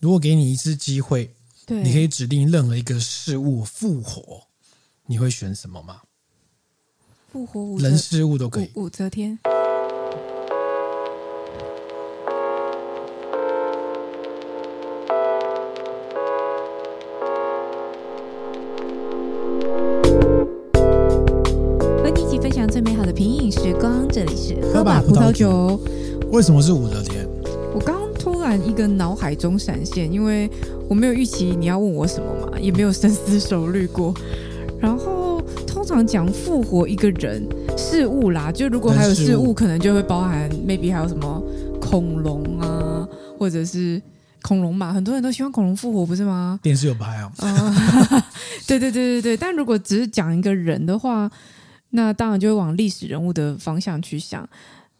如果给你一次机会，对，你可以指定任何一个事物复活，你会选什么吗？复活武则人事物都可以。武武则天，和你一起分享最美好的品饮时光，这里是喝吧葡萄酒。为什么是武则天？我刚刚突然一个脑海中闪现，因为我没有预期你要问我什么嘛，也没有深思熟虑过。然后通常讲复活一个人事物啦，就如果还有人事事物物，可能就会包含 maybe 还有什么恐龙啊，或者是恐龙嘛，很多人都希望恐龙复活，不是吗？电视有拍啊，啊， 对对对对对，但如果只是讲一个人的话，那当然就会往历史人物的方向去想。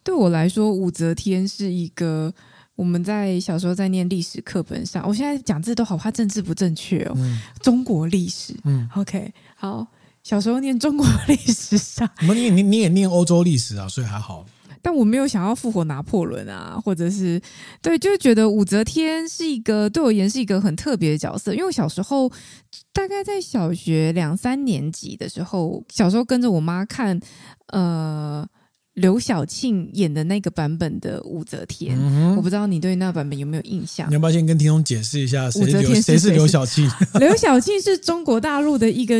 对我来说，武则天是一个我们在小时候在念历史课本上，我现在讲这都好怕政治不正确哦。嗯中国历史嗯， ，OK，好，小时候念中国历史上，我们你你你也念欧洲历史啊，所以还好。但我没有想要复活拿破仑啊，或者是对，就是觉得武则天是一个对我而言是一个很特别的角色，因为我小时候大概在小学两三年级的时候，小时候跟着我妈看呃刘晓庆演的那个版本的武则天，嗯我哼，不知道你对那版本有没有印象你？要不要先跟听众解释一下谁武则是天刘是谁是谁刘是晓庆？ 刘晓庆是中国大陆的一个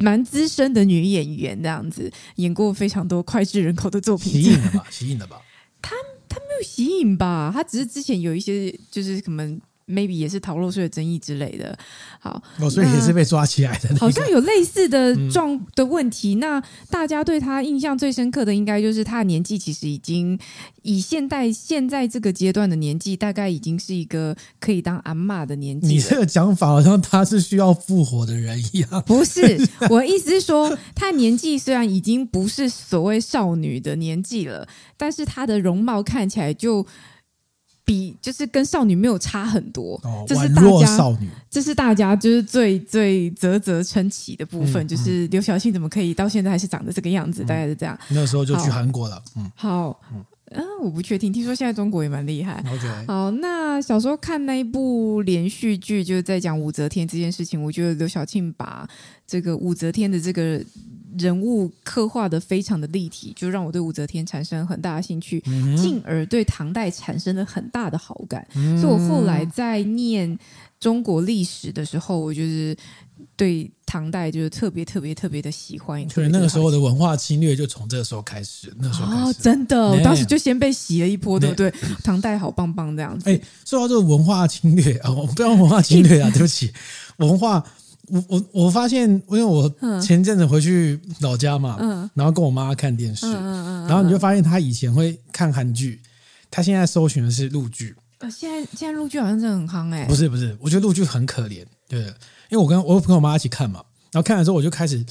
蛮资深的女演员，这样子演过非常多脍炙人口的作品。吸引了 吧？吸引了吧？吸引吧，他只是之前有一些就是可能 maybe 也是逃漏税的争议之类的，好，哦，所以也是被抓起来的那个。嗯好像有类似的状的问题。那大家对他印象最深刻的，应该就是他的年纪其实已经以现代现在这个阶段的年纪，大概已经是一个可以当阿嬷的年纪你了。这个讲法好像他是需要复活的人一样。不是，我意思是说，她年纪虽然已经不是所谓少女的年纪了，但是她的容貌看起来就比就是跟少女没有差很多。哦，这是宛大若家，少女，这是大家就是最最啧啧称奇的部分，嗯就是刘晓庆怎么可以到现在还是长得这个样子，大概是这样。那时候就去好韩国了。嗯嗯好，嗯、我不确定，听说现在中国也蛮厉害。 ，OK，好，那小时候看那一部连续剧，就是在讲武则天这件事情。我觉得刘晓庆把这个武则天的这个人物刻画的非常的立体，就让我对武则天产生很大的兴趣，嗯哼进而对唐代产生了很大的好感。嗯所以我后来在念中国历史的时候，我就是对唐代就是特别特别特别的喜欢。也特所以别那个特别时候的文化侵略就从这个时候开始，那时候开哦，始。真的，我哎当时就先被洗了一波，对哎不对？唐代好棒棒这样子。哎，说到这个文化侵略 啊，我不要文化侵 略啊，对不起，文化，我我我发现，因为我嗯前阵子回去老家嘛，嗯然后跟我妈看电视，嗯嗯嗯，然后你就发现她以前会看韩剧，她现在搜寻的是陆剧，呃，现在现在陆剧好像真的很夯哎、不是不是，我觉得陆剧很可怜，对，因为我跟我跟我妈一起看嘛，然后看的时候我就开始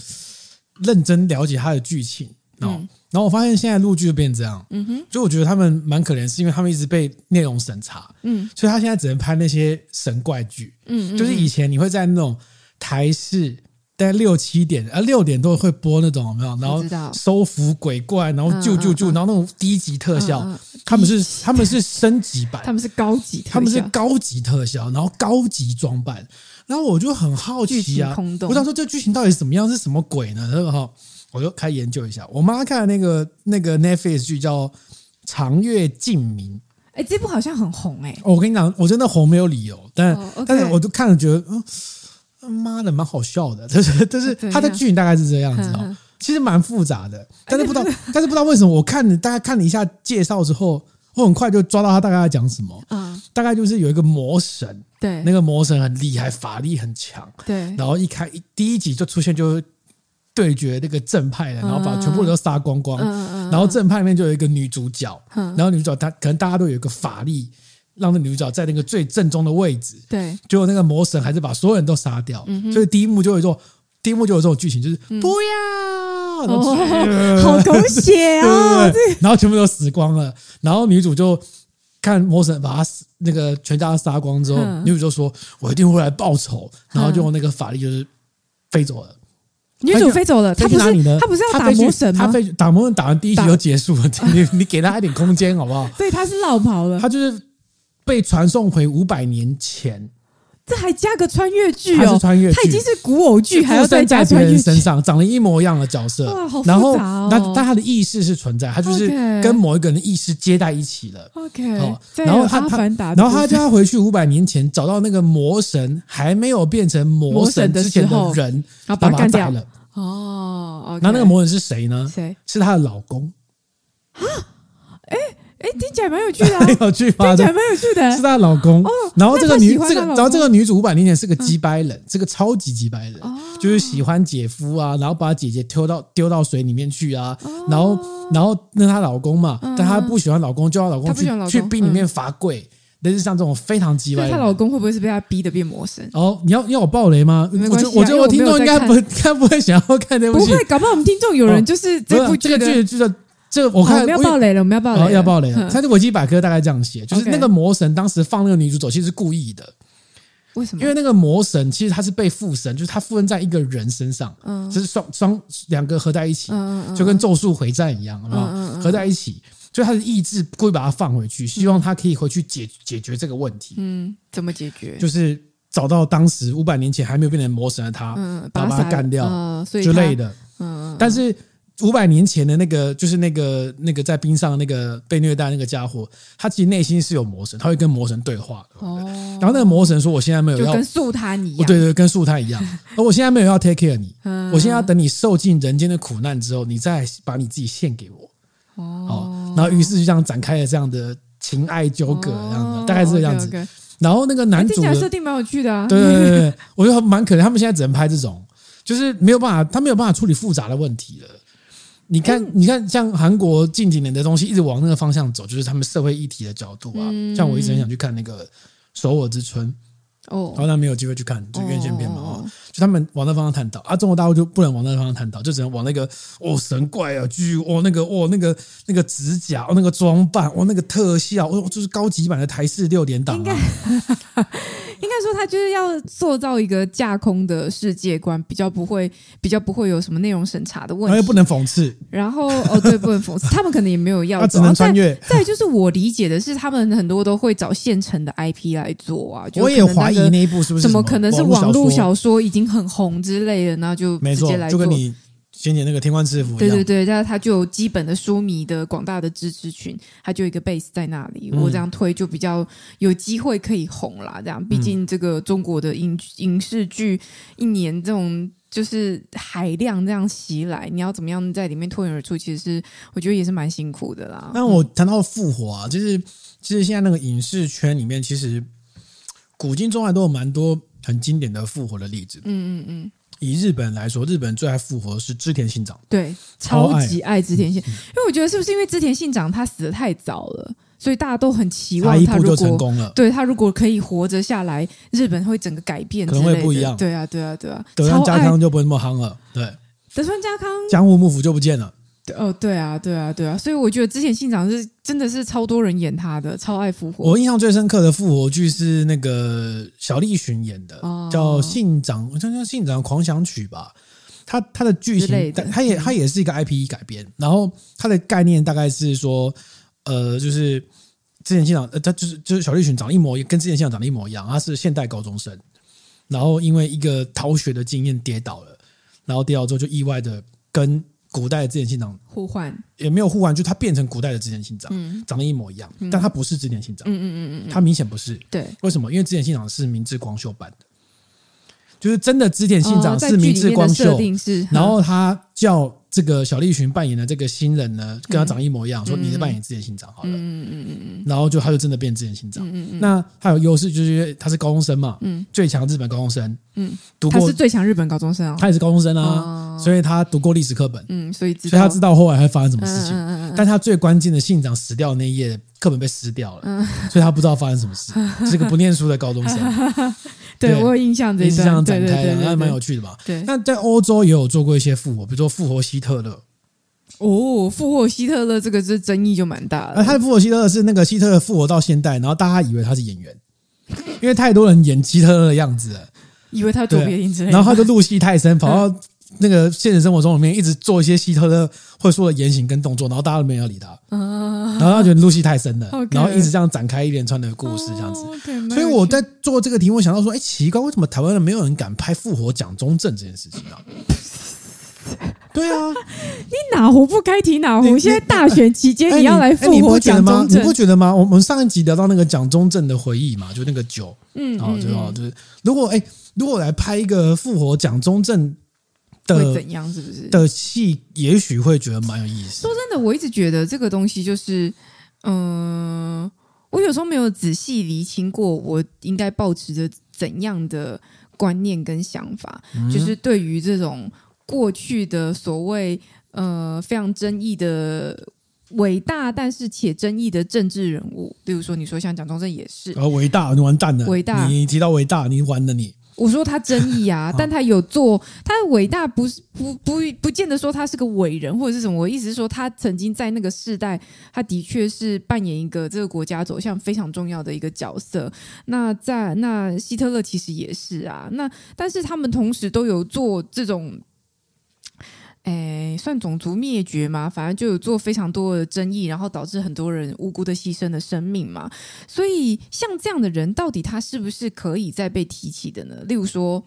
认真了解它的剧情，然后、嗯然后我发现现在陆剧就变这样，嗯哼，所以我觉得他们蛮可怜，是因为他们一直被内容审查，嗯所以他现在只能拍那些神怪剧，嗯，嗯就是以前你会在那种台式。大概六七点，啊六点多会播那种有没有？然我知道后收服鬼怪，然后嗯救救救，嗯嗯然后那种低级特效，嗯嗯他们是他们是升级版，他们是高级特效，他们是高级特效，然后高级装扮，然后我就很好奇剧情啊，空洞我想说这剧情到底是怎么样，是什么鬼呢？然后我就开始研究一下。我妈看的那个那个 Netflix 剧叫《长月烬明》，哎、这部好像很红哎、哦我跟你讲，我真的红没有理由，但、哦，OK 但是我就看了觉得，嗯，妈的蛮好笑的， 就是就是怎样它的剧情大概是这样子嗯哎哦嗯，其实蛮复杂的，但是不知道但是不知道为什么我看了大概看了一下介绍之后，我很快就抓到它大概要讲什么。嗯，大概就是有一个魔神，对，哦那个魔神很厉害，法力很强，对，嗯然后一开一第一集就出现就是对决那个正派的，然后把嗯全部人都杀光光，嗯嗯然后正派里面就有一个女主角，嗯然后女主角她可能大家都有一个法力，让那女主角在那个最正中的位置，对，结果那个魔神还是把所有人都杀掉，嗯所以第一幕就有这种，第一幕就有这种剧情，就是、不要，然后哦呃 好狗血对对啊！对，然后全部都死光了，然后女主就看魔神把他死那个全家杀光之后，嗯女主就说：“我一定会来报仇。”然后就用那个法力就是飞走了。女主飞走了，她飞不去是哪里呢？她不是要打飞去魔神她吗？飞去打魔神打完第一集打嗯就结束了，你你给他一点空间好不好？对，她是绕跑了。他就是被传送回五百年前，这还加个穿越剧它是哦，穿越剧，它已经是古偶剧，还要附再身在加别穿越人剧，身上，长得一模一样的角色，哇，好复杂然后哦。那但他的意识是存在，他就是 OK 跟某一个人的意识接在一起了。 OK，、好再然后有他阿他凡达的然故后事，他就要回去五百年前找到那个魔神还没有变成魔神之前的魔神人，他然后把它把他干宰掉了。哦。o 然后那个魔神是谁呢？谁？是她的老公，哎，听起来蛮有趣 的、啊，很听有趣吧？起对来蛮有趣的、是她的老公。然后这个那她女喜欢这个她老公然后这个女主五百年前是个鸡掰人，是个超级鸡掰人，哦，就是喜欢姐夫啊，然后把姐姐丢到丢到水里面去啊，哦然后然后那是她老公嘛，嗯但她不喜欢老公，就要老公她不去喜欢老公去冰里面罚跪，类似像这种非常鸡所掰以的她人。老公会不会是被她逼的变魔神？哦，你要要我爆雷吗？没我关系觉啊我觉得因为我我听众没有应该在不应该不会想要看这部不戏，会，搞不好我们听众有人就是不是啊这部这个剧的，剧哦剧的这个我我看我们要我爆雷了，我们要爆雷哦，了，要爆雷了。哼他的维基百科大概这样写，就是那个 OK 魔神当时放那个女主走，其实是故意的，为什么？因为那个魔神其实他是被附身，就是他附身在一个人身上，嗯就是双双两个合在一起，嗯嗯，就跟咒术回战一样，有没有嗯嗯嗯合在一起，所以他的意志故意把它放回去，希望他可以回去解解决这个问题，嗯怎么解决？就是找到当时五百年前还没有变成魔神的他，嗯，然后把杀他干掉嗯所以之她类，的。嗯嗯，但是五百年前的那个，就是那个那个在冰上那个被虐待那个家伙，他其实内心是有魔神，他会跟魔神对话的。哦，然后那个魔神说：“我现在没有就要，跟素摊一我样，对对，跟树太一样， 而我现在没有要 take care 你，嗯我现在要等你受尽人间的苦难之后，你再把你自己献给我。”哦哦，，然后于是就这样展开了这样的情爱纠葛，这样的、大概是这个样子。哦 OK，OK 哎然后那个男听主起来的设定蛮有趣的 啊，对对对对对，我觉得蛮可怜。他们现在只能拍这种，就是没有办法，他没有办法处理复杂的问题了。你看，嗯你看，像韩国近几年的东西一直往那个方向走，就是他们社会议题的角度啊。嗯像我一直很想去看那个《首尔之春》，然哦，后但没有机会去看，就院线片嘛哦哦，就他们往那方向探讨啊，中国大陆就不能往那方向探讨，就只能往那个哦神怪啊，巨哦那个哦那个那个指甲哦那个装扮哦那个特效哦就是高级版的台式六点档应啊该，应该说他就是要塑造一个架空的世界观，比较不会比较不会有什么内容审查的问然后又题不。能讽刺，然后哦，对，不能讽刺，他们可能也没有要他只走。哦能穿越。再再就是我理解的是，他们很多都会找现成的 IP 来做啊。就我也可能怀疑个那一部是不是怎么么可能是网网络说？小说已经很红之类的，那就没直错接，来就做。跟你先前那个《天官赐福》一对样，对对，那它就有基本的书迷的广大的支持群，它就有一个 base 在那里。嗯我这样推就比较有机会可以红啦。这样，嗯毕竟这个中国的影影视剧一年这种就是海量这样袭来，你要怎么样在里面脱颖而出，其实是我觉得也是蛮辛苦的啦。那我谈到复活啊，就是其实现在那个影视圈里面，其实古今中外都有蛮多很经典的复活的例子。嗯嗯嗯，以日本来说，日本最爱复活的是织田信长，对，超超级爱织田嗯信，因为我觉得是不是因为织田信长他死的太早了，所以大家都很期他望一他步就如成果功了。对他如果可以活着下来，日本会整个改变之可类能的，会不一样对啊，对啊，对啊，德川超家爱康就不会那么夯了，对，德川家康，江户幕府就不见了。哦，对啊，对啊，对啊，所以我觉得之前信长是真的是超多人演他的，超爱复活。我印象最深刻的复活剧是那个小栗旬演的，哦叫《信长》，好像叫《信长狂想曲》吧。它它的剧之情，类它的它也嗯它也是一个 IP 改编，然后它的概念大概是说，呃，就是之前信长，呃，他就是就是小栗旬长得一模一，跟之前信长长得一模一样，他是现代高中生，然后因为一个逃学的经验跌倒了，然后跌倒之后就意外的跟古代的之前信长互换，也没有互换，就他变成古代的之前信长，嗯长得一模一样，嗯但他不是之前信长嗯，嗯嗯嗯嗯，他明显不是，对，为什么？因为织田信长是明治光秀版的，就是真的织田信哦长在是明剧里治面的光设秀，定嗯是，然后他叫这个小栗旬扮演的这个新人呢，跟他长得一模一样，说嗯你是扮演织田信长好了，嗯嗯嗯嗯然后就他就真的变织田信嗯长。嗯嗯，那他有优势就是因为他是高中生嘛，嗯最强日本高中生，嗯，读他过是最强日本高中生啊，他也是高中生啊，哦所以他读过历史课本，嗯，所以知所以他知道后来会发生什么嗯事嗯情。嗯嗯嗯，但他最关键的信长死掉的那一页课本被撕掉了，嗯所以他不知道发生什么事， 是个不念书的高中生。对对我有印象这也一是这段，样对展对开对的，对，还对蛮有趣的吧？对，那在欧洲也有做过一些复活，比如说复活希特勒。哦，复活希特勒这个这争议就蛮大而的呃他，的复活希特勒是那个希特勒复活到现代，然后大家以为他是演员，因为太多人演希特勒的样子了，以为他有对左边之类的，嗯然后他就入戏太深，跑到那个现实生活中里面一直做一些希特勒会说的言行跟动作，然后大家都没有要理他，啊，然后他觉得露西太深了 OK，然后一直这样展开一连串的故事这样子。哦，OK，蛮有趣所以我在做这个题目，想到说，哎、奇怪，为什么台湾人没有人敢拍复活蒋中正这件事情啊？对 啊，哪壶不开提哪你壶，你现在大选期哎间你要来哎复你活不觉得蒋吗中？你正不，觉得吗？我我们上一集聊到那个蒋中正的回忆嘛，就那个酒，嗯哦，就嗯哦，就是如果哎、如果来拍一个复活蒋中正会的怎样？是不是？呃的戏，也许会觉得蛮有意思说。真的，我一直觉得这个东西就是，嗯、我有时候没有仔细厘清过，我应该保持着怎样的观念跟想法，嗯就是对于这种过去的所谓呃非常争议的。伟大但是且争议的政治人物，例如说你说像蒋中正也是，然后呃伟大，你完蛋了！伟大你提到伟大，你完了你。，我说他争议啊但他有做，他的伟大不是不不不见得说他是个伟人或者是什么。我意思是说，他曾经在那个世代，他的确是扮演一个这个国家走向非常重要的一个角色。那在那希特勒其实也是啊，那但是他们同时都有做这种。哎，算种族灭绝吗？反正就有做非常多的争议，然后导致很多人无辜的牺牲了生命嘛。所以像这样的人，到底他是不是可以再被提起的呢？例如说，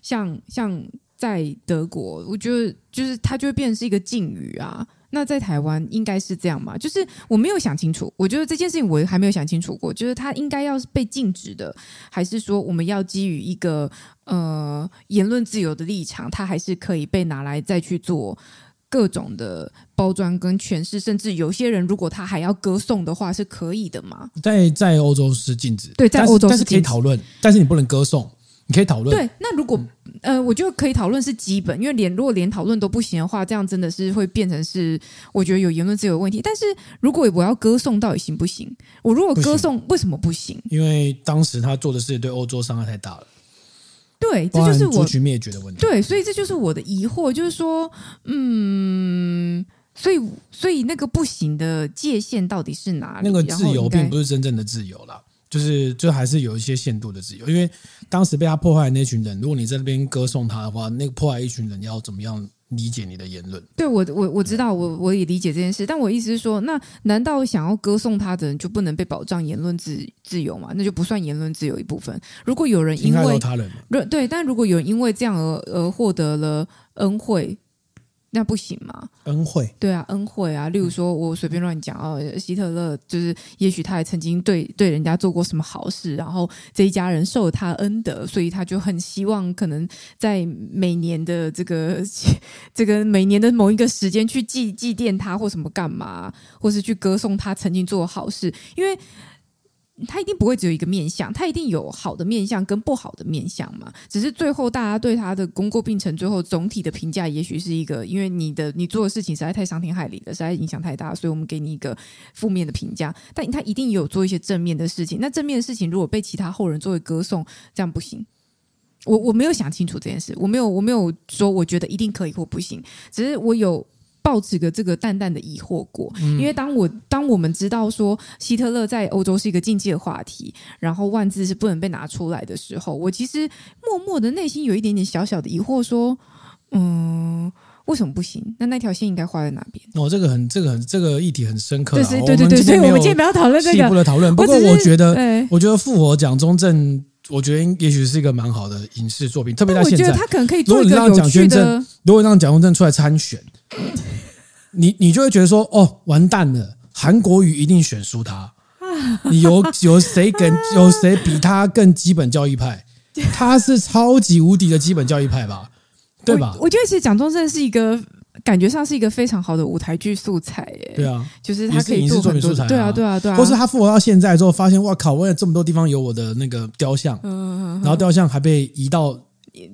像像在德国，我觉得就是他就会变成是一个禁语啊。那在台湾应该是这样嘛？就是我没有想清楚，我觉得这件事情我还没有想清楚过，就是他应该要是被禁止的，还是说我们要基于一个呃言论自由的立场，他还是可以被拿来再去做各种的包装跟诠释，甚至有些人如果他还要歌颂的话，是可以的嘛？在在欧洲是禁止，对在但是欧洲但是是可以禁止讨论，但是你不能歌颂，你可以讨论。对，那如果嗯呃，我觉得可以讨论是基本，因为连如果连讨论都不行的话，这样真的是会变成是我觉得有言论自由的问题。但是如果我要歌颂，到底行不行？我如果不行歌颂，为什么不行？因为当时他做的事情对欧洲伤害太大了，对，这包就是含我族群灭绝的问题。对，所以这就是我的疑惑，就是说，嗯，所以所以那个不行的界限到底是哪里？那个然自后由应该并不是真正的自由啦，就是就还是有一些限度的自由。因为当时被他破坏的那群人，如果你在那边歌颂他的话，那个破坏一群人要怎么样理解你的言论？对我，我我嗯知道，我我也理解这件事，但我意思是说，那难道想要歌颂他的人就不能被保障言论自自由吗？那就不算言论自由一部分。如果有人侵因害到为他人嘛？如对，但如果有人因为这样而而获得了恩惠，那不行吗？恩惠，对啊，恩惠啊，例如说我随便乱讲哦，希特勒就是，也许他也曾经对对人家做过什么好事，然后这一家人受了他恩德，所以他就很希望可能在每年的这个 这个每年的某一个时间去祭祭奠他或什么干嘛，或是去歌颂他曾经做的好事，因为。他一定不会只有一个面相，他一定有好的面相跟不好的面相嘛。只是最后大家对他的功过并成，最后总体的评价也许是一个，因为你的你做的事情实在太伤天害理了，实在影响太大，所以我们给你一个负面的评价。但他一定也有做一些正面的事情。那正面的事情如果被其他后人作为歌颂，这样不行。我我没有想清楚这件事，我没有我没有说我觉得一定可以或不行，只是我有。抱持个这个淡淡的疑惑过，因嗯为当我当我们知道说希特勒在欧洲是一个禁忌的话题，然后万字是不能被拿出来的时候，我其实默默的内心有一点点小小的疑惑，说，嗯，为什么不行？那那条线应该画在哪边？哦，这个很，这个很，这个议题很深刻啊对啦。是，对对对，所以我们今天不要讨论这细部个。的讨论。不过只是我觉得，对，我觉得复活蒋中正，我觉得也许是一个蛮好的影视作品，特别但在我现觉得在。他可能可以如做果一你个让有蒋趣宣的正，如果让蒋中正出来参选，你你就会觉得说，哦，完蛋了，韩国瑜一定选输 他。你有有谁跟有谁比他更基本教义派？他是超级无敌的基本教义派吧？对吧我？我觉得其实蒋中正是一个感觉上是一个非常好的舞台剧素材，耶，对啊，就是也他是可以影视做作品很多素材啊的，对啊，对啊，对啊，或是他复活到现在之后，发现哇靠，我有这么多地方有我的那个雕像，嗯然后雕像还被移到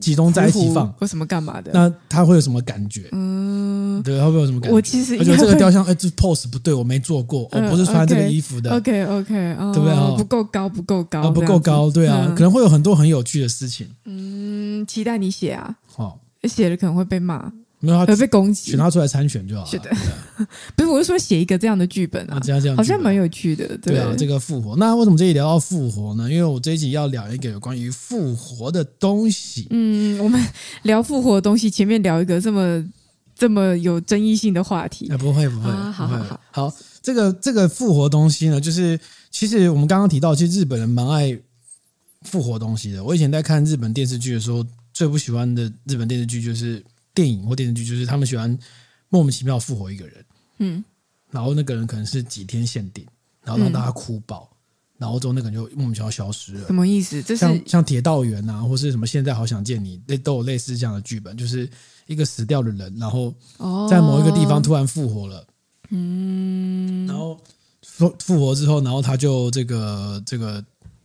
集中在一起放，或什么干嘛的，那他会有什么感觉？嗯，对，他会有什么感觉我？其实而且这个雕像，哎，这 pose 不对，我没做过，我嗯不是穿这个 OK 衣服的， OK OK，哦、对不对哦不够高，不够高，啊，不这够样子高，对啊，嗯可能会有很多很有趣的事情。嗯，期待你写啊，哦，写了可能会被骂。呃没有他有被攻击选。他出来参选就好了。是的不是，我是说写一个这样的剧本那啊，这样这样好像剧本蛮有趣的。对啊，这个个复活。那为什么这一集聊到复活呢？因为我这一集要聊一个有关于复活的东西。嗯，我们聊复活的东西，前面聊一个这么这么有争议性的话题哎，。不会不会，啊好不会好好这个这个复活东西呢，就是其实我们刚刚提到，其实日本人蛮爱复活东西的。我以前在看日本电视剧的时候，最不喜欢的日本电视剧就是电影或电视剧，就是他们喜欢莫名其妙复活一个人，嗯，然后那个人可能是几天限定，然后让大家哭爆，然后之后那个人就莫名其妙消失了什。么意思？这是像像铁道员啊，或是什么现在好想见你，那都有类似这样的剧本，就是一个死掉的人，然后哦，在某一个地方突然复活了，嗯，然后复复活之后，然后他就这个这个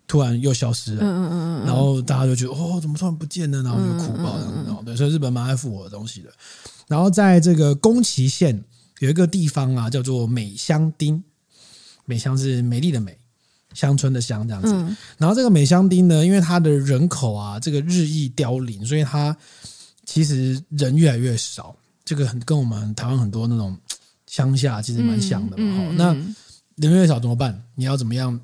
突然又消失嗯，了，嗯嗯嗯然嗯，后大家就觉得哦，怎么突然不见了？然后就哭爆这样子，然后对，所以日本蛮爱复活的东西的。然后在这个宫崎县有一个地方啊，叫做美香町，美香是美丽的美，乡村的乡这样子。嗯然后这个美香町呢，因为它的人口啊，这个日益凋零，所以它其实人越来越少。这个很跟我们台湾很多那种嘖乡下其实蛮像的嘛。嗯哈、嗯嗯那嗯人越少怎么办？你要怎么样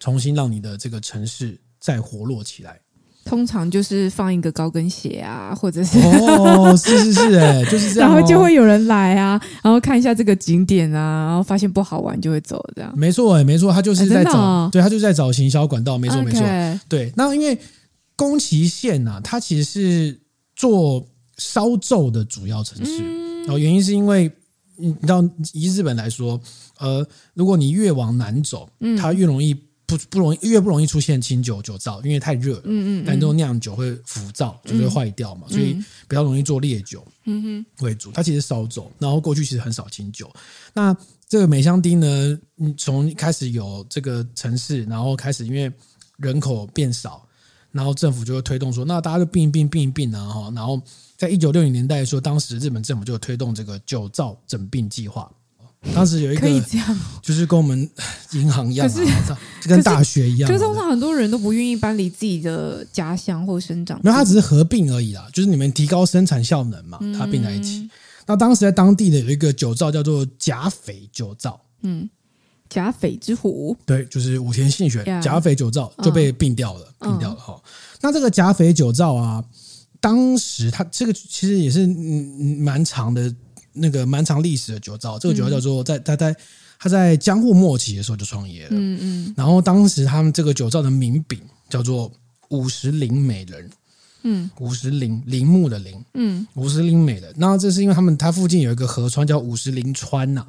重新让你的这个城市再活络起来？通常就是放一个高跟鞋啊，或者是。哦，是是是、哎，就是这然样、哦。后就会有人来啊，然后看一下这个景点啊，然后发现不好玩就会走，这样没错、哎，没错，他就是哎在真的找，哦对他就是在找行销管道，没错没错。 OK 对，那因为宫崎县呐、啊，它其实是做烧皱的主要城市，然后原因是因为。你知道，以日本来说，呃，如果你越往南走，嗯它越容易不不容易，越不容易出现清酒酒糟，因为太热了。嗯嗯嗯但这种酿酒会浮燥，就是会坏掉嘛，所以比较容易做烈酒为主。它其实烧酒，然后过去其实很少清酒。那这个美香町呢，嗯从一开始有这个城市，然后开始因为人口变少，然后政府就会推动说，那大家就并一并并一并啊哈。然后在一九六零年代的时候，当时日本政府就有推动这个酒造整病计划。当时有一可以个这样，就是跟我们银行一样、啊，可是这跟大学一样、啊，就是通常很多人都不愿意搬离自己的家乡或生长地。没有，它只是合并而已啦，就是你们提高生产效能嗯嘛，它并在一起。那当时在当地的有一个酒造叫做甲斐酒造，嗯，甲斐之湖，对，就是武田信玄 Yeah 甲斐酒造就被并掉了，嗯并掉了哈。那这个甲斐酒造啊，当时它这个其实也是嗯嗯蛮长的那个蛮长历史的酒造，这个酒造叫做在它在它在江户末期的时候就创业了，嗯嗯然后当时他们这个酒造的名饼叫做五十铃美人，嗯五十铃铃木的铃。嗯五十铃美人。那这是因为他们它附近有一个河川叫五十铃川呐、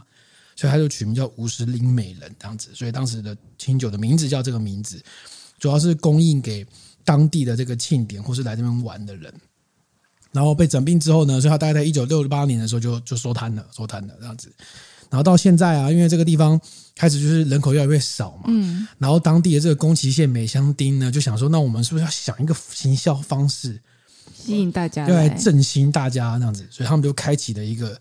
所以他就取名叫五十铃美人这样子。所以当时的清酒的名字叫这个名字，主要是供应给当地的这个庆典或是来这边玩的人。然后被整并之后呢，所以他大概在一九六八年的时候就就收摊了，收摊了这样子。然后到现在啊，因为这个地方开始就是人口越来越少嘛，嗯，然后当地的这个宫崎县美香町呢，就想说，那我们是不是要想一个行销方式，吸引大家要来来，振兴大家那样子，所以他们就开启了一个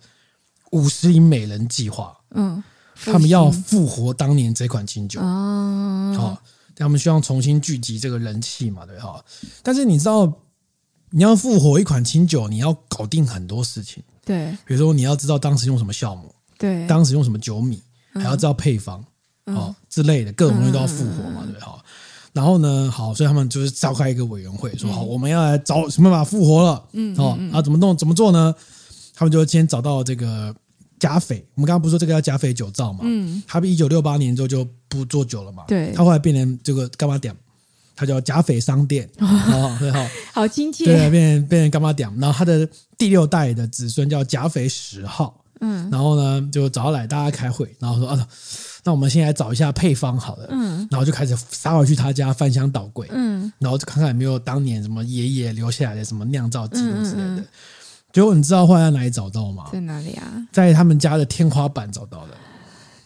五十银美人计划，嗯，他们要复活当年这款清酒，啊，好、他们希望重新聚集这个人气嘛，对哈、但是你知道，你要复活一款清酒，你要搞定很多事情，对比如说你要知道当时用什么酵母，对，当时用什么酒米，还要知道配方，哦之类的，各种东西都要复活嘛，对不对？好，然后呢，好，所以他们就是召开一个委员会，说好，我们要来找什么办法复活了，嗯，哦，啊，怎么弄，怎么做呢？他们就先找到这个甲斐，我们刚刚不是说这个叫甲斐酒造嘛，嗯，他一九六八年之后就不做酒了嘛，对他后来变成这个干嘛点，他叫甲斐商店，哦，对好，好亲对，切，变成变成干嘛点，然后他的第六代的子孙叫甲斐十号，嗯然后呢，就找他来大家开会，然后说啊，那我们先来找一下配方好了，嗯然后就开始杀回去他家翻箱倒柜，嗯然后就看看有没有当年什么爷爷留下来的什么酿造记录之类嗯嗯的嗯。结果你知道后来在哪里找到吗？在哪里啊？在他们家的天花板找到的，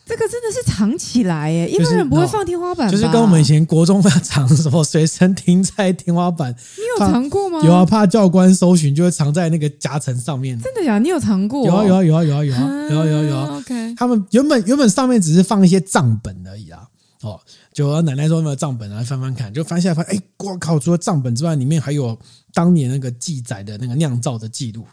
这个真的是藏起来耶，一就是般人不会那放天花板吧，就是跟我们以前国中藏什么随身听在天花板，你有藏过吗？有啊，，怕教官搜寻就会藏在那个夹层上面的。真的假的？你有藏过？有啊有啊有啊有啊有啊啊有啊有啊有啊， ，OK，他们原本原本上面只是放一些账本而已啦。哦，就奶奶说有没有账本啊？翻翻看，就翻下来发现，哎，我靠！除了账本之外，里面还有当年那个记载的那个酿造的记录，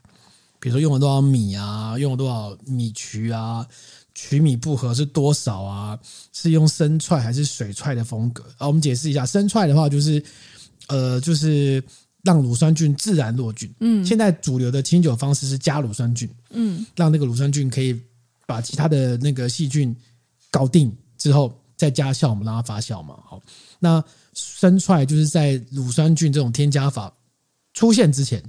比如说用了多少米啊，用了多少米曲啊，曲米不合是多少啊，是用生踹还是水踹的风格？啊，我们解释一下，生踹的话就是呃，就是让乳酸菌自然落菌。嗯现在主流的清酒方式是加乳酸菌，嗯让那个乳酸菌可以把其他的那个细菌搞定之后，再加酵母让它发酵嘛。好，那生踹就是在乳酸菌这种添加法出现之前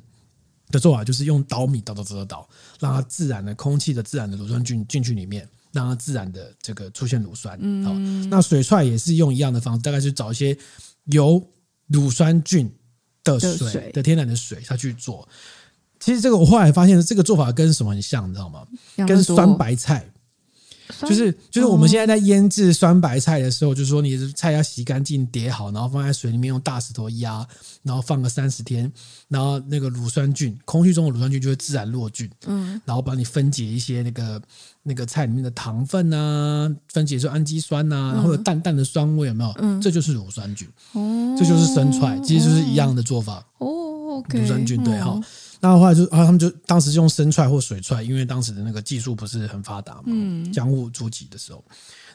的做法，就是用捣米捣捣捣捣捣，让它自然的空气的自然的乳酸菌进去里面，让它自然的这个出现乳酸。好，那水踹也是用一样的方式，大概是找一些有乳酸菌的水的水的天然的水下去做。其实这个我后来发现，这个做法跟什么很像，你知道吗？养跟乐多哦酸白菜，酸就是就是我们现在在腌制酸白菜的时候，就说你的菜要洗干净、叠好，然后放在水里面用大石头压，然后放个三十天，然后那个乳酸菌，空气中的乳酸菌就会自然落菌，嗯然后帮你分解一些那个那个菜里面的糖分啊，分解出氨基酸呐、啊，嗯或者淡淡的酸味，有没有？嗯这就是乳酸菌，哦，这就是生踹，其实就是一样的做法。哦，OK，乳酸菌对哈嗯，那后来就啊，他们就当时就用生踹或水踹，因为当时的那个技术不是很发达嘛，嗯江户初期的时候，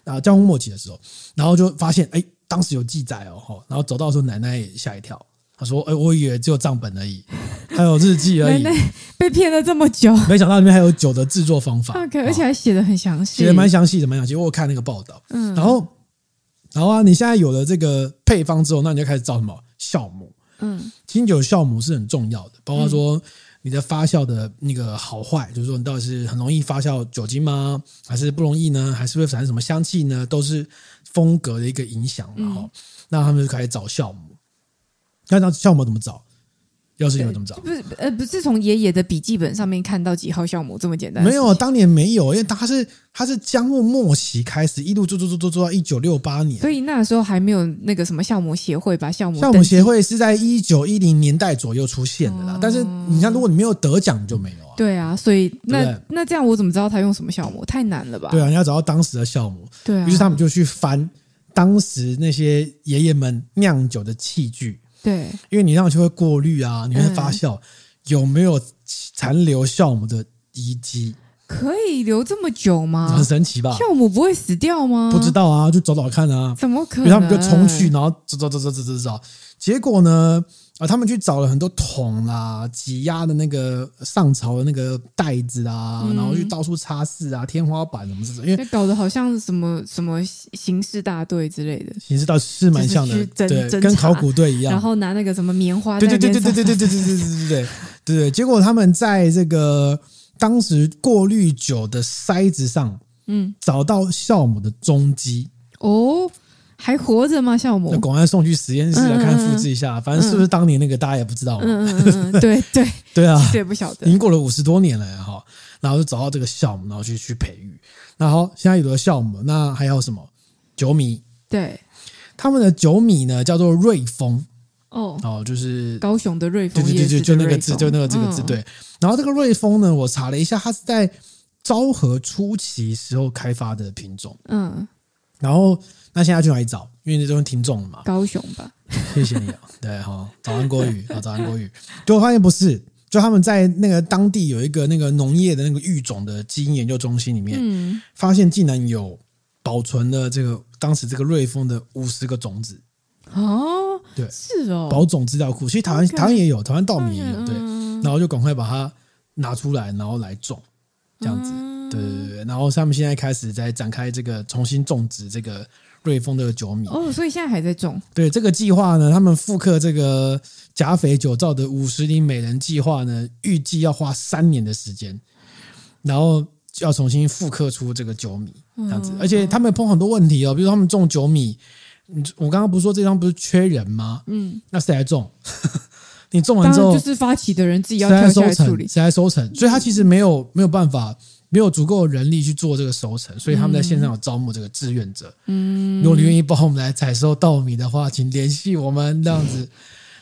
啊，江户末期的时候，然后就发现哎，当时有记载哦，吼然后找到的时候奶奶也吓一跳，她说哎，我以为只有账本而 已，还有日记而奶已，奶 被骗了这么久没想到里面还有酒的制作方法，OK，啊而且还写的很详细，写的蛮详细的，蛮详细，我有看那个报道，嗯，然后然后啊，你现在有了这个配方之后，那你就开始找什么酵母。嗯清酒酵母是很重要的，包括说你的发酵的那个好坏，就是说你到底是很容易发酵酒精吗？还是不容易呢？还是会产生什么香气呢？都是风格的一个影响嗯嘛。然后、那他们就开始找酵母，那那酵母怎么找？要是你们怎么找？不是呃，不是从爷爷的笔记本上面看到几号酵母这么简单的没事情，有，啊，当年没有，因为它是它是江户末期开始，一路做做做做做到一九六八年。所以那时候还没有那个什么酵母协会把酵母酵母登协会是在一九一零年代左右出现的啦，哦但是你看，如果你没有得奖，你就没有啊。对啊，所以那对不那这样我怎么知道他用什么酵母？太难了吧？对啊，你要找到当时的酵母，对啊，于是他们就去翻当时那些爷爷们酿酒的器具，对因为你酿酒会过滤啊，你会发嗯酵，有没有残留酵母的遗迹？可以留这么久吗很？神奇吧？酵母不会死掉啊吗？不知，道啊，就找找看啊。怎嗯么可因为他能？们就冲去，然后找找找找找找找，结果呢，啊，他们去找了很多桶啦、挤压的那个上槽的那个袋子啊，嗯然后去到处擦拭啊、天花板什么之类的，因为就搞得好像什么什么刑事大队之类的，形式倒是蛮像的就是去，侦对，侦跟查考古队一样然。后拿那个什么棉花对在对那对边对对对对对对对对对对对对。结果他们在这个当时过滤酒的筛子上嗯找到酵母的踪迹，哦，还活着吗？酵母那？广安送去实验室来看复制一下，反正是不是当年那个大家也不知道嘛。嗯嗯嗯，嗯对对，对啊，对不晓已得，经过了五十多年了哈，然后就找到这个酵母，然后去去培育。然后现在有了酵母，那还有什么酒米？对他们的酒米呢叫做瑞丰哦，哦，就是高雄的瑞对丰对夜对，市就的就那个瑞字，丰就那个这个字，嗯对。然后这个瑞丰呢，我查了一下，它是在昭和初期时候开发的品种。嗯，然后那现在去哪里找？因为这东西听众了嘛，高雄吧，谢谢你啊。 对哈、哦，早安国语啊，早安国语。结果发现不是，就他们在那个当地有一个那个农业的那个育种的基因研究中心里面，嗯，发现竟然有保存了这个当时这个瑞丰的五十个种子，哦，对是哦，保种资料库。其实台湾 OK 台湾也有，台湾稻米也有，对。嗯然后就赶快把它拿出来，然后来种，这样子。嗯对对对对，然后他们现在开始在展开这个重新种植这个瑞丰的酒米。哦，所以现在还在种，对这个计划呢，他们复刻这个甲斐酒造的五十斤每人计划呢，预计要花三年的时间，然后要重新复刻出这个酒米嗯这样子。而且他们碰很多问题哦，比如他们种酒米，你我刚刚不是说这张不是缺人吗？嗯，那谁来种？ 你种当完然之后就是发起的人自己谁要来跳收下来处成，理，嗯谁来收成，所以他其实没有没有办法，没有足够的人力去做这个收成，所以他们在线嗯上有招募这个志愿者。嗯，如果你愿意帮我们来嗯采收稻米的话，请联系我们这样子，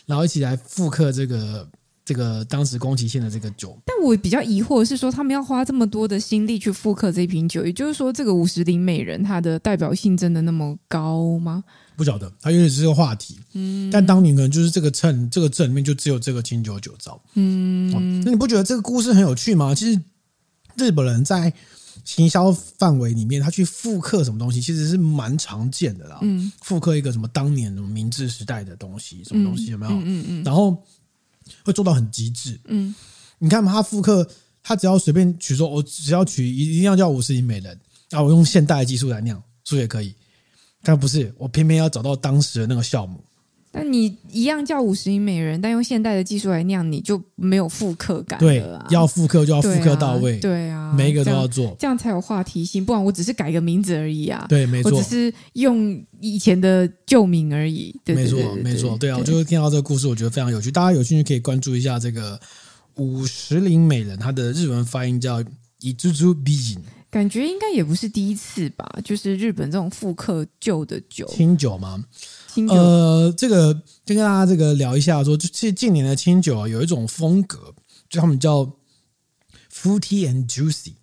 然后一起来复刻这个这个当时宫崎县的这个酒。但我比较疑惑的是说，他们要花这么多的心力去复刻这瓶酒，也就是说，这个五十铃美人它的代表性真的那么高吗？不晓得，它有点是个话题。嗯，但当年可能就是这个秤，这个镇里面就只有这个清酒酒糟。嗯、那你不觉得这个故事很有趣吗？其实日本人在行销范围里面，他去复刻什么东西，其实是蛮常见的啦。嗯，复刻一个什么当年什么明治时代的东西，什么东西有没有？嗯嗯嗯然后会做到很极致。嗯，你看嘛，他复刻，他只要随便取说，我、哦只要取一定要叫五十银美人啊，我用现代的技术来酿，是不是也可以？但不是，我偏偏要找到当时的那个酵母。那你一样叫五十音美人，但用现代的技术来酿，你就没有复刻感对了啊！，要复刻就要复对刻到位，啊对啊，每一个都要这样做。这样才有话题性，不然我只是改个名字而已啊。对，没我错只，是用以前的旧名而已。对没对错，对没错。对啊，我对就是听到这个故事，我觉得非常有趣。大家有兴趣可以关注一下这个五十铃美人，它的日文发音叫以蜘蛛比影感觉应该也不是第一次吧，就是日本这种复刻旧的酒，清酒吗？清酒，呃，这个就跟大家这个聊一下说，就近近年的清酒啊，有一种风格，就他们叫 fruity and juicy。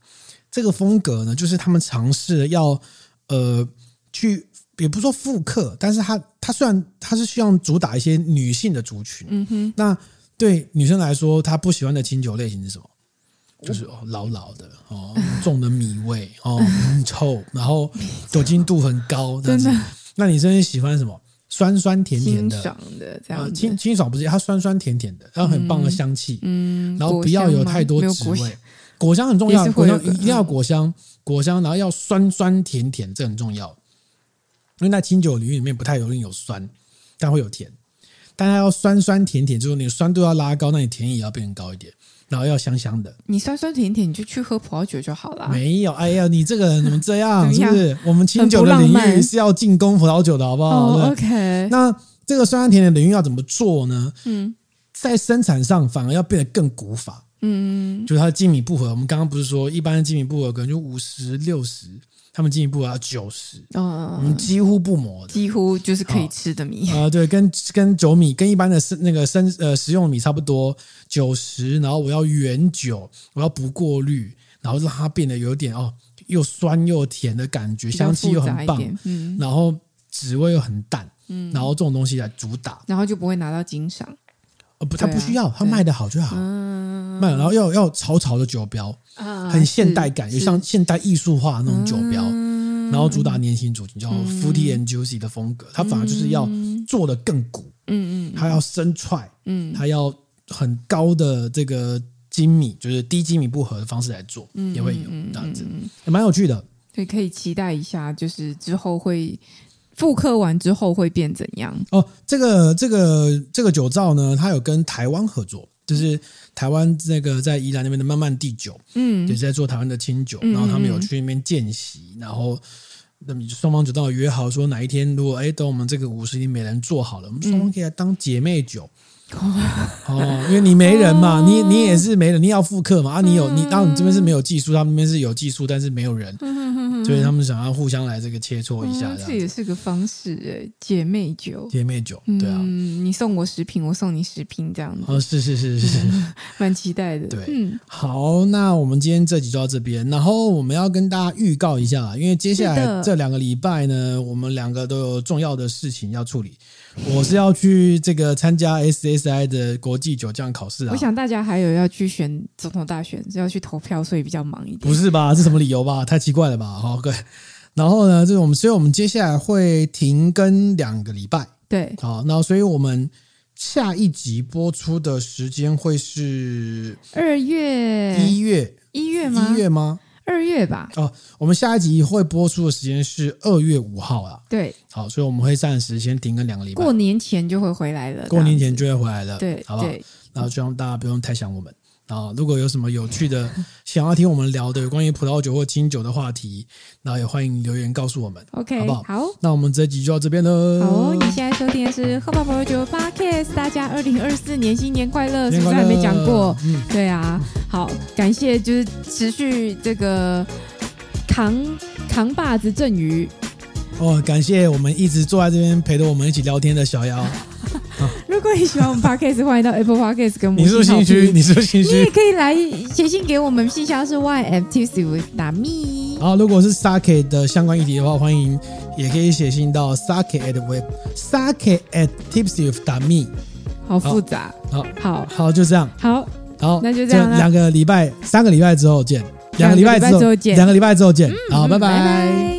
这个风格呢，就是他们尝试要呃去，也不是说复刻，但是它它虽然它是希望主打一些女性的族群，嗯哼，那对女生来说，她不喜欢的清酒类型是什么？就是哦，老老的哦，重的米味哦，很臭，然后酒精度很高，这样子真的。那你真的喜欢什么？酸酸甜甜清的，爽的这呃，样清子。清爽不是，它酸酸甜甜的，然后很棒的香气，嗯，然后果不要香有吗太多没有滋果香味。果香很重要也，是果会有香的嗯一定要果香，果香，然后要酸酸甜甜，这很重要。因为在清酒领域里面不太容易有酸，但会有甜，但它要酸酸甜甜，就是你酸度要拉高，那你甜也要变高一点，然后要香香的。你酸酸甜甜，你就去喝葡萄酒就好啦。没有，哎呀，你这个人怎么这 样？怎是么样不是？我们清酒的很不领浪域漫是要进攻葡萄酒的，好不好？对哦不对，OK，那这个酸酸甜甜的领域要怎么做呢？嗯在生产上反而要变得更古法。嗯，就是它的精米不合。我们刚刚不是说，一般的精米不合可能就五十六十，他们精米不合要九十，我哦们，几乎不磨的。几乎就是可嗯以好吃的 米。啊、对，跟跟酒米跟一般的生那个生呃食用米差不多，九十，然后我要原酒，我要不过滤，然后让它变得有点哦，又酸又甜的感觉，比较香气又复杂很一棒，点，嗯，然后滋味又很淡，嗯然后这种东西来主打，然后就不会拿到金赏，呃不，它对啊不需要，它对卖的好就好，嗯，卖了，然后要要潮潮的酒标，啊很现代感，有是像现代艺术化那种酒标，嗯然后主打年轻族群，叫 fruity and juicy 的风格，它反而就是要做的更古，嗯嗯它要生踹，嗯它要很高的这个精米，就是低精米不合的方式来做，嗯，也会有嗯这样子，，嗯嗯嗯也蛮有趣的。所以可以期待一下，就是之后会复刻完之后会变怎样？哦，这个这个这个酒造呢，它有跟台湾合作，就是台湾那个在宜兰那边的慢慢地酒，嗯也是在做台湾的清酒，嗯然后他们有去那边见习，然后那么双方酒到约好说哪一天如果哎等我们这个五十一每人做好了，我们嗯双方可以来当姐妹酒。 哦，因为你没人嘛，哦你你也是没人，你也要复刻嘛啊，你有你，嗯当然你这边是没有技术，他们那边是有技术，但是没有人，所以他们想要互相来这个切磋一下嗯，这这样也子。是个方式哎，姐妹酒。姐妹酒，对啊，嗯，你送我十瓶，我送你十瓶，这样子哦，是是是是。蛮期待的。对嗯，好，那我们今天这集就到这边，然后我们要跟大家预告一下啦，因为接下是来的这两个礼拜呢，我们两个都有重要的事情要处理。我是要去这个参加 SSI 的国际酒匠考试啊我，想大家还有要去选总统大选，要去投票，所以比较忙一点。不是吧？这什么理由吧？太奇怪了吧？好，各位。然后呢，这是我们，所以我们接下来会停更两个礼拜。对，好，那所以我们下一集播出的时间会是二月一月，一月吗？一月吗？二月吧。哦，我们下一集会播出的时间是二月五号啊。对，好，所以我们会暂时先停更两个礼拜，过年前就会回来了。过年这样前子就会回来了，对，好不好？对，然后希望大家不用太想我们。然后，如果有什么有趣的 想要听我们聊的有关于葡萄酒或清酒的话题，然后也欢迎留言告诉我们。 OK，好不好呃好那我们这集就到这边了，好哦，你现在收听的是《喝吧葡萄酒》Podcast，大家二零二四年新年快乐！是新年快不是乐还没讲过？嗯，对啊，好，感谢就是持续这个扛扛把子赠予。哦，感谢我们一直坐在这边陪着我们一起聊天的小妖。如如果你喜欢我们 podcast，欢迎到 Apple Podcast 跟我们你五是不是星好心虚？评。你是不是心你也虚？可以来写信给我们，信箱是 yftc 打密。好，如果是 Sake 的相关议题的话，欢迎也可以写信到 Sake at web Sake at tipsy with me。好复杂，好，好好，就这样。好，好，那就这样啦两个礼拜，三个礼拜之后见，两个礼拜两个礼拜之后见嗯两个礼拜之后见。好，拜拜拜